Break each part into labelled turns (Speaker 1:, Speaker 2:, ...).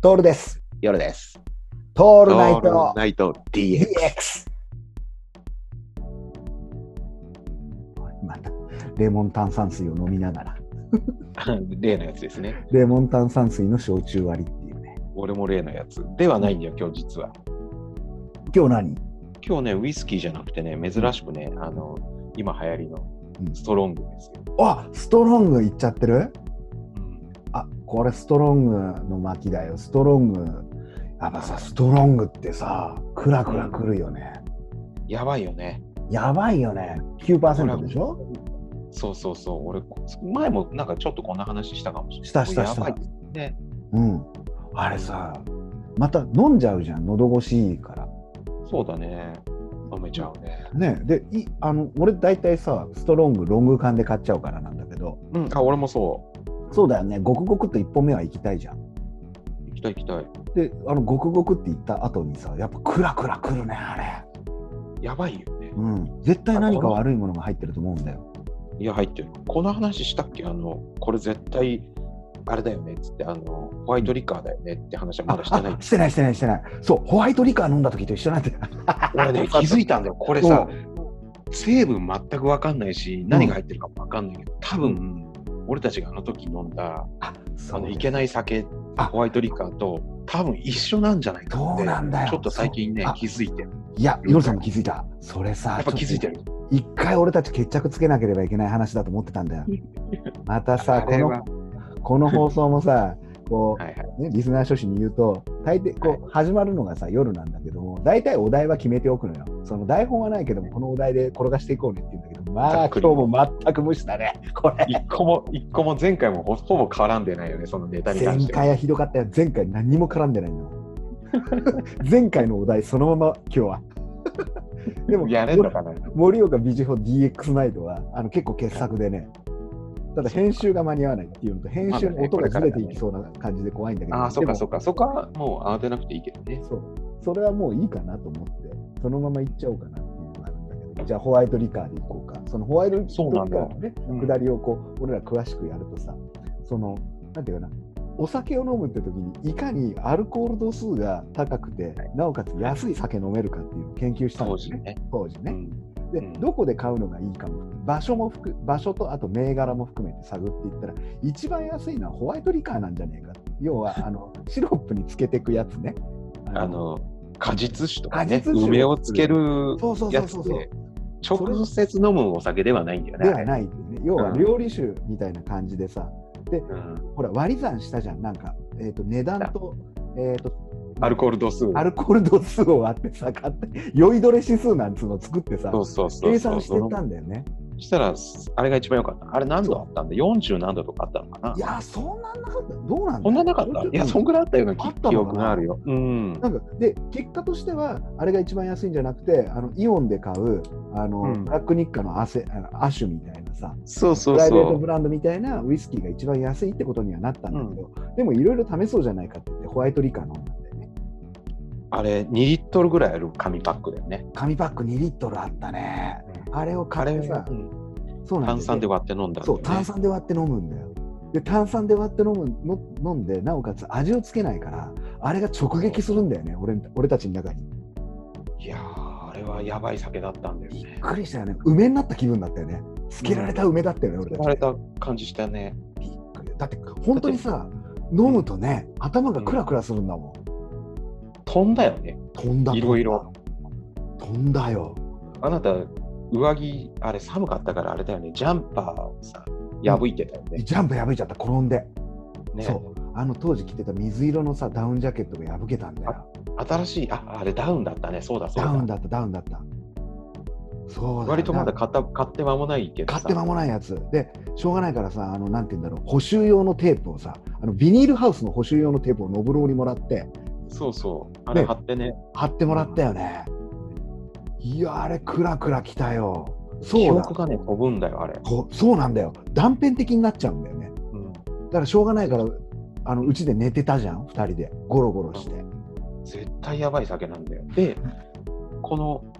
Speaker 1: トールです。
Speaker 2: 夜です。
Speaker 1: ト
Speaker 2: オ
Speaker 1: ールナイト
Speaker 2: ナ イト DX。
Speaker 1: DX。また、レモン炭酸水を飲みながら、
Speaker 2: 例のやつですね。
Speaker 1: レモン炭酸水の焼酎割りっていうね。
Speaker 2: 俺も例のやつ。ではないんだよ、今日実は。
Speaker 1: 今日何
Speaker 2: 今日ね、ウイスキーじゃなくてね、珍しくね、あの、今流行りの
Speaker 1: うん
Speaker 2: ストロングですよ。
Speaker 1: あストロングいっちゃってるあこれストロングの巻だよ。ストロング。やっぱさ、ストロングってさ、クラクラくるよね。
Speaker 2: やばいよね。
Speaker 1: やばいよね。9%でしょ
Speaker 2: そうそうそう。俺、前もなんかちょっとこんな話したかもしれない。
Speaker 1: したしたした
Speaker 2: やばいね。
Speaker 1: うん。あれさ、また飲んじゃうじゃん。喉越しいいから。
Speaker 2: そうだね。飲めちゃうね。
Speaker 1: ねでいあの俺大体さストロングロング缶で買っちゃうからなんだけど
Speaker 2: うん、あ、俺もそ
Speaker 1: そうだよねごくごくと1本目は行きたいじゃん
Speaker 2: う。行きたい行きたい。
Speaker 1: であのごくごくって言った後にさやっぱクラクラくるねあれ
Speaker 2: やばいよね。
Speaker 1: うん絶対何か悪いものが入ってると思うんだよ
Speaker 2: いや、入ってる。この話したっけあの、これ絶対、あれだよねっつって、あの、ホワイトリカーだよねって話はまだしてない
Speaker 1: あ。してないしてないしてないそうホワイトリカー飲んだ時と一緒なんだよ
Speaker 2: 俺 ね、気づいたんだよ。これさ、成分全く分かんないし、何が入ってるかも分かんないけど、多分、俺たちがあの時飲んだ、
Speaker 1: あそ
Speaker 2: あ
Speaker 1: う
Speaker 2: の、
Speaker 1: だ
Speaker 2: いけない酒、
Speaker 1: あ
Speaker 2: ホワイトリカーと、多分一緒なんじゃないかっ
Speaker 1: そう
Speaker 2: て、
Speaker 1: なんだよ
Speaker 2: ちょっと最近ね
Speaker 1: そうあ、
Speaker 2: 気づいてる。
Speaker 1: いや夜さんも気づいたそれさ
Speaker 2: やっぱ気づいてる。
Speaker 1: 一回俺たち決着つけなければいけない話だと思ってたんだ よまたさこ
Speaker 2: れは
Speaker 1: のこの放送もさこう、
Speaker 2: はいはい。
Speaker 1: ね、リスナー諸氏に言うと大抵こう始まるのがさ夜なんだけども大体お題は決めておくのよその台本はないけどもこのお題で転がしていこうねって言うんだけどま
Speaker 2: ざ
Speaker 1: あ今
Speaker 2: っ
Speaker 1: 日
Speaker 2: くり
Speaker 1: も全く無視だねこれ
Speaker 2: 一個も、一個も前回もほほぼ絡んでないよね、そのネタに関
Speaker 1: 前
Speaker 2: しては。
Speaker 1: 回はひどかったよ前回何も絡んでないの 前回のお題そのまま今日はでも
Speaker 2: やれんのかな
Speaker 1: 盛岡美術法 DX ナイトはあの結構傑作でねただ編集が間に合わないっていうのと編集の音がずれていきそうな感じで怖いんだけど
Speaker 2: ああ、そっ
Speaker 1: で
Speaker 2: か
Speaker 1: も
Speaker 2: そっか、そこはもう慌てなくていいけどね。
Speaker 1: そう。それはもういいかなと思って、そのまま行っちゃおうかなっていうのがあるんだけど、じゃあホワイトリカーで行こうか。そのホワイトリカ
Speaker 2: そうなんだ
Speaker 1: ーのね、
Speaker 2: うん
Speaker 1: 下りをこう、俺ら詳しくやるとさ、その、なんていうかな、お酒を飲むって時に、いかにアルコール度数が高くて、なおかつ安い酒飲めるかっていうのを研究したん
Speaker 2: 当
Speaker 1: です
Speaker 2: 時
Speaker 1: ね。
Speaker 2: ね。
Speaker 1: 当時
Speaker 2: う
Speaker 1: ね。
Speaker 2: ん
Speaker 1: で、
Speaker 2: うん
Speaker 1: どこで買うのがいいかも含め、場所も含め、場所とあと銘柄も含めて探っていったら、一番安いのはホワイトリカーなんじゃねえか。要は、あの、シロップにつけてくやつね。
Speaker 2: あの、果実酒とか
Speaker 1: 果
Speaker 2: ね、
Speaker 1: 実酒
Speaker 2: 梅をつける
Speaker 1: そうそうそ
Speaker 2: や
Speaker 1: う
Speaker 2: つ
Speaker 1: そうそう
Speaker 2: で、直接飲むお酒ではないんだよね。
Speaker 1: ではないっていうね要は
Speaker 2: うん
Speaker 1: 料理酒みたいな感じでさ、
Speaker 2: うん
Speaker 1: ほら割り算したじゃんなんか、えー、と値段と,、えー、と
Speaker 2: アルコール度数。
Speaker 1: アルコール度数を割ってさ買って酔いどれ指数なんつうの作ってさ
Speaker 2: そうそうそうそう。
Speaker 1: 計算してったんだよね
Speaker 2: そしたら、あれが一番良かった。あれ何度あったんだ ?40 何度とかあったのかない
Speaker 1: やそんなんなかったどうなんだ
Speaker 2: そんななかったいや、そん
Speaker 1: ん
Speaker 2: ぐらいあったような
Speaker 1: あ
Speaker 2: 記
Speaker 1: ったのかな
Speaker 2: 記憶があるよ。うん。
Speaker 1: なんかで結果としてはあれが一番安いんじゃなくてあのイオンで買うあの、
Speaker 2: うん
Speaker 1: ブラックニッカのアセあのアシュみたいなさ
Speaker 2: そうそ
Speaker 1: プ
Speaker 2: う
Speaker 1: ライベー
Speaker 2: そ
Speaker 1: ト
Speaker 2: う
Speaker 1: ブ。ランドみたいなウイスキーが一番安いってことにはなったんだけど、でもいろいろ試そうじゃないかって言ってホワイトリカー飲んだんだよね
Speaker 2: あれ、2リットルぐらいある紙パックだよね。
Speaker 1: 紙パック2リットルあったねあれを
Speaker 2: あ
Speaker 1: 買
Speaker 2: れ
Speaker 1: ってさ、
Speaker 2: うん
Speaker 1: そうなん
Speaker 2: 炭
Speaker 1: だよ
Speaker 2: 酸で割って飲んだんだよね。
Speaker 1: そう炭酸で割って飲むんだよで炭酸で割って飲むの飲んでなおかつ味をつけないからあれが直撃するんだよね俺俺たちの中に
Speaker 2: いやー、あれはやばい酒だったんだよ
Speaker 1: びっ
Speaker 2: ね。
Speaker 1: くりしたよね梅になった気分だったよねつけられた梅だったよね、俺
Speaker 2: や
Speaker 1: たち
Speaker 2: られた感じしたね。
Speaker 1: びっくりだって本当にさ飲むとね頭がクラクラするんだもん、
Speaker 2: 飛んだよね。
Speaker 1: 飛んだ
Speaker 2: いろいろ
Speaker 1: 飛んだよ
Speaker 2: あなた、上着、あれ寒かったからあれだよね、ジャンパーをさ、破いてたよね。
Speaker 1: ジャンプ破いちゃった転んで
Speaker 2: ね
Speaker 1: そあの当時着てた水色のさダウンジャケットが破けたんだよ
Speaker 2: 新しい、ああれダウンだったね、そうだそう
Speaker 1: ダ
Speaker 2: だ。
Speaker 1: ウンだったダウンだったそうだ
Speaker 2: 割とまだ
Speaker 1: 買
Speaker 2: 買った買って間もないけどさ
Speaker 1: って間もないやつでしょうがないからさあのなんて言うんだろう補修用のテープをさあのビニールハウスの補修用のテープをノブローにもらって
Speaker 2: そうそう、あれ
Speaker 1: ね
Speaker 2: 貼ってね、
Speaker 1: 貼ってもらったよね、いやあれクラクラきたよ
Speaker 2: 記
Speaker 1: そうだ
Speaker 2: 憶がね、飛ぶんだよ、あれ。
Speaker 1: こそうなんだよ断片的になっちゃうんだよね
Speaker 2: うん、
Speaker 1: だからしょうがないからあのうちで寝てたじゃん2人でゴロゴロして
Speaker 2: 絶対やばい酒なんだよ。で、この、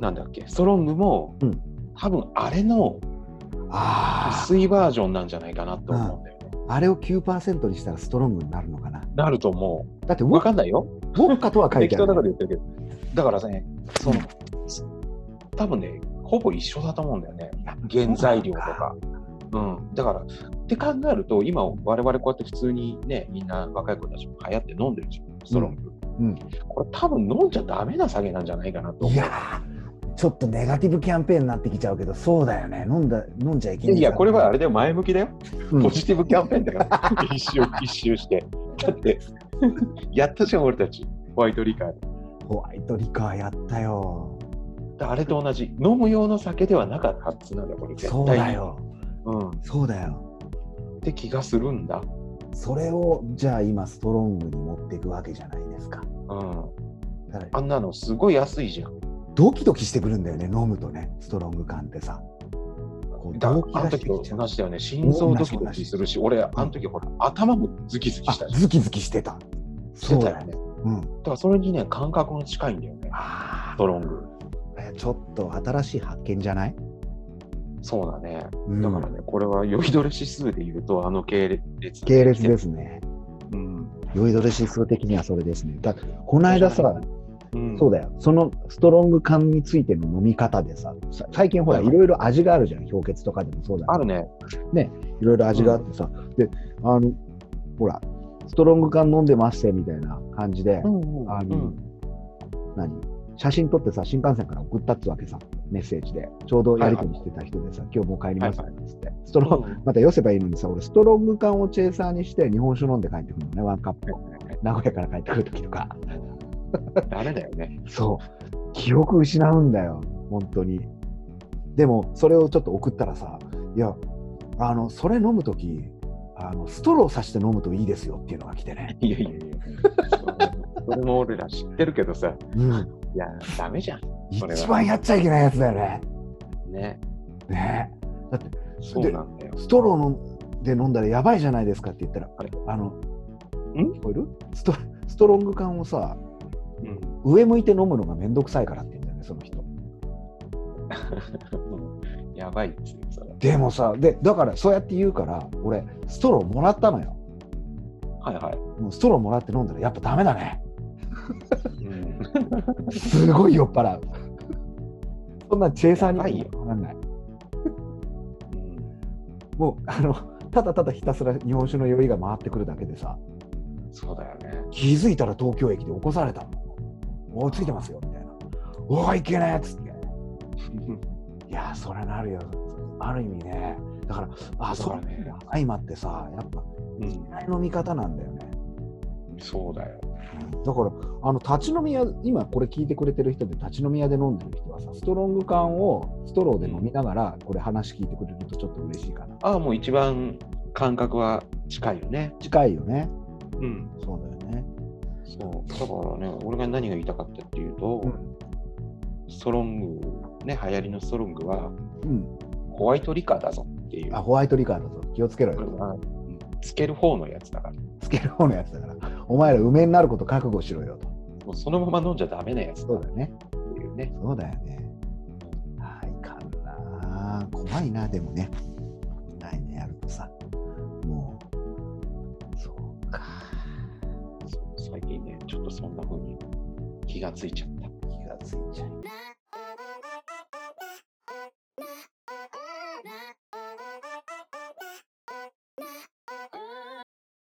Speaker 2: なんだっけ、ストロングも、
Speaker 1: うん
Speaker 2: 多分あれの
Speaker 1: ああ
Speaker 2: 薄いバージョンなんじゃないかなと思うんだよね。
Speaker 3: あれを9%にしたらストロングになるのかな。
Speaker 2: なると思
Speaker 3: だってウ
Speaker 2: う。
Speaker 3: ォ
Speaker 2: わ
Speaker 3: ッ
Speaker 2: かんないよ。
Speaker 3: ウォッカとは書い
Speaker 2: 適
Speaker 3: てあ
Speaker 2: 当だ
Speaker 3: る
Speaker 2: か。ら言ってるけど。だからね、その、多分ね、ほぼ一緒だと思うんだよね。原材料とか。うん、だから、って考えると、今、我々こうやって普通にね、みんな若い子たちも流行って飲んでるじゃん、ストロング。
Speaker 3: うん、
Speaker 2: これ、多分飲んじゃダメな酒なんじゃないかなと
Speaker 1: い
Speaker 2: 思う。
Speaker 1: やーちょっとネガティブキャンペーンになってきちゃうけどそうだよね飲んだ飲んじゃいけない
Speaker 2: いや、これはあれだよ、前向きだよ。
Speaker 3: うん
Speaker 2: ポジティブキャンペーンだ から、一周、一周して。だって、やったじゃん、俺たち、ホワイトリカーで。
Speaker 1: ホワイトリカーやったよ
Speaker 2: だあれと同じ、飲む用の酒ではなかったっつうんだよ、これ、絶対
Speaker 1: そうだ。よ
Speaker 2: うん、っ
Speaker 1: そうだよ
Speaker 2: て気がするんだ。
Speaker 1: それをじゃあ今ストロングに持っていくわけじゃないですか
Speaker 2: うん、
Speaker 1: だから
Speaker 2: あんなのすごい安いじゃん。
Speaker 1: ドキドキしてくるんだよね飲むとねストロング感ってさこう
Speaker 2: だ
Speaker 1: 動機が
Speaker 2: あの
Speaker 1: して
Speaker 2: 時
Speaker 1: き
Speaker 2: と
Speaker 1: ちゃう
Speaker 2: 同じだよね、心臓ドキドキするし、俺、あの時ほら、頭もズキズキ
Speaker 1: あ
Speaker 2: したじゃん。
Speaker 1: ズキズキしてた
Speaker 2: して
Speaker 1: そ
Speaker 2: た
Speaker 1: うだ
Speaker 2: よ
Speaker 1: よ
Speaker 2: ね。
Speaker 1: うん
Speaker 2: だからそれにね、感覚が近いんだよね、
Speaker 1: あ
Speaker 2: ストロング。
Speaker 1: あちょっと新しい発見じゃない
Speaker 2: そうだね。
Speaker 1: うん
Speaker 2: だからね、これは酔いどれ指数で言うと、あの系列。
Speaker 1: 系列ですね
Speaker 2: うん。
Speaker 1: 酔いどれ指数的にはそれですねだこの間さ
Speaker 2: うん
Speaker 1: そうだよ、そのストロング缶についての飲み方でさ、さ最近ほら、
Speaker 2: はいいはい
Speaker 1: ろいろ味があるじゃん、氷結とかでもそうだ
Speaker 2: あ
Speaker 1: けど
Speaker 2: るね。
Speaker 1: いろいろ味があってさ、で、あの、ほら、ストロング缶飲んでますってみたいな感じで、
Speaker 2: ん
Speaker 1: あの、何写真撮ってさ、新幹線から送ったっつわけさ、メッセージで、ちょうどやりとりしてた人でさ、今日もう帰りますって言って、ストロンまた寄せばいいのにさ、俺、ストロング缶をチェイサーにして、日本酒飲んで帰ってくるのね、ワンカップを。名古屋から帰ってくるときとか。
Speaker 2: ダメだよね。
Speaker 1: そう記憶失うんだよ本当にでもそれをちょっと送ったらさいやあのそれ飲む時あのストローさして飲むといいですよっていうのが来てね、
Speaker 2: いやいやいや。それも俺ら知ってるけどさ、
Speaker 1: うん、
Speaker 2: いや、ダメじゃん。 それは
Speaker 1: 一番やっちゃいけないやつだよね
Speaker 2: ね。
Speaker 1: ねだって
Speaker 2: そうなんだよ。
Speaker 1: ストローので飲んだらやばいじゃないですかって言ったら
Speaker 2: あれ
Speaker 1: あの
Speaker 2: ん
Speaker 1: 聞こえるストストロング缶をさ
Speaker 2: うん
Speaker 1: 上向いて飲むのがめんどくさいからって言うんだよねその人
Speaker 2: うんやばいっすね、それ。
Speaker 1: でもさでだからそうやって言うから俺ストローもらったのよ
Speaker 2: はいはい。
Speaker 1: もうストローもらって飲んだらやっぱダメだね
Speaker 2: うん
Speaker 1: すごい酔っ払う。 そんなチェイサーに
Speaker 2: やばいよ
Speaker 1: ならない。もうあのただただひたすら日本酒の酔いが回ってくるだけでさ、
Speaker 2: そうだよね。
Speaker 1: 気づいたら東京駅で起こされたの。追いついてますよみたいな。おお、いけねえっつって。いやー、それなるよ。ある意味ね。だから、あ、
Speaker 2: だ
Speaker 1: そ
Speaker 2: か
Speaker 1: う
Speaker 2: らね
Speaker 1: ね。相まってさ、やっぱ、
Speaker 2: うん
Speaker 1: 嫌い飲み方なんだよね。
Speaker 2: そうだよ。
Speaker 1: だから、あの立ち飲み屋、今これ聞いてくれてる人で、立ち飲み屋で飲んでる人はさ、ストロング缶をストローで飲みながら、これ話聞いてくれるとちょっと嬉しいかな。
Speaker 2: ああ、もう一番感覚は近いよね。
Speaker 1: 近いよね。
Speaker 2: うん。
Speaker 1: そうだよね。
Speaker 2: そう。だからね、俺が何が言いたかったっていうと、
Speaker 1: うん
Speaker 2: ストロング、ね、流行りのストロングは、
Speaker 1: うん。
Speaker 2: ホワイトリカーだぞっていう。
Speaker 1: あ、ホワイトリカーだぞ。気をつけろよ。
Speaker 2: うんつける方のやつだから。
Speaker 1: つける方のやつだから。お前ら梅になること覚悟しろよと。
Speaker 2: もうそのまま飲んじゃダメなやつだ
Speaker 1: そう
Speaker 2: っ
Speaker 1: だよね。
Speaker 2: ていうね。
Speaker 1: そうだよね。はい、かんな。怖いな、でもね。ないね、やるとさ。もう。そうか。
Speaker 2: そう最近ね、ちょっとそんな風に気がついちゃった。
Speaker 1: 気がついちゃう。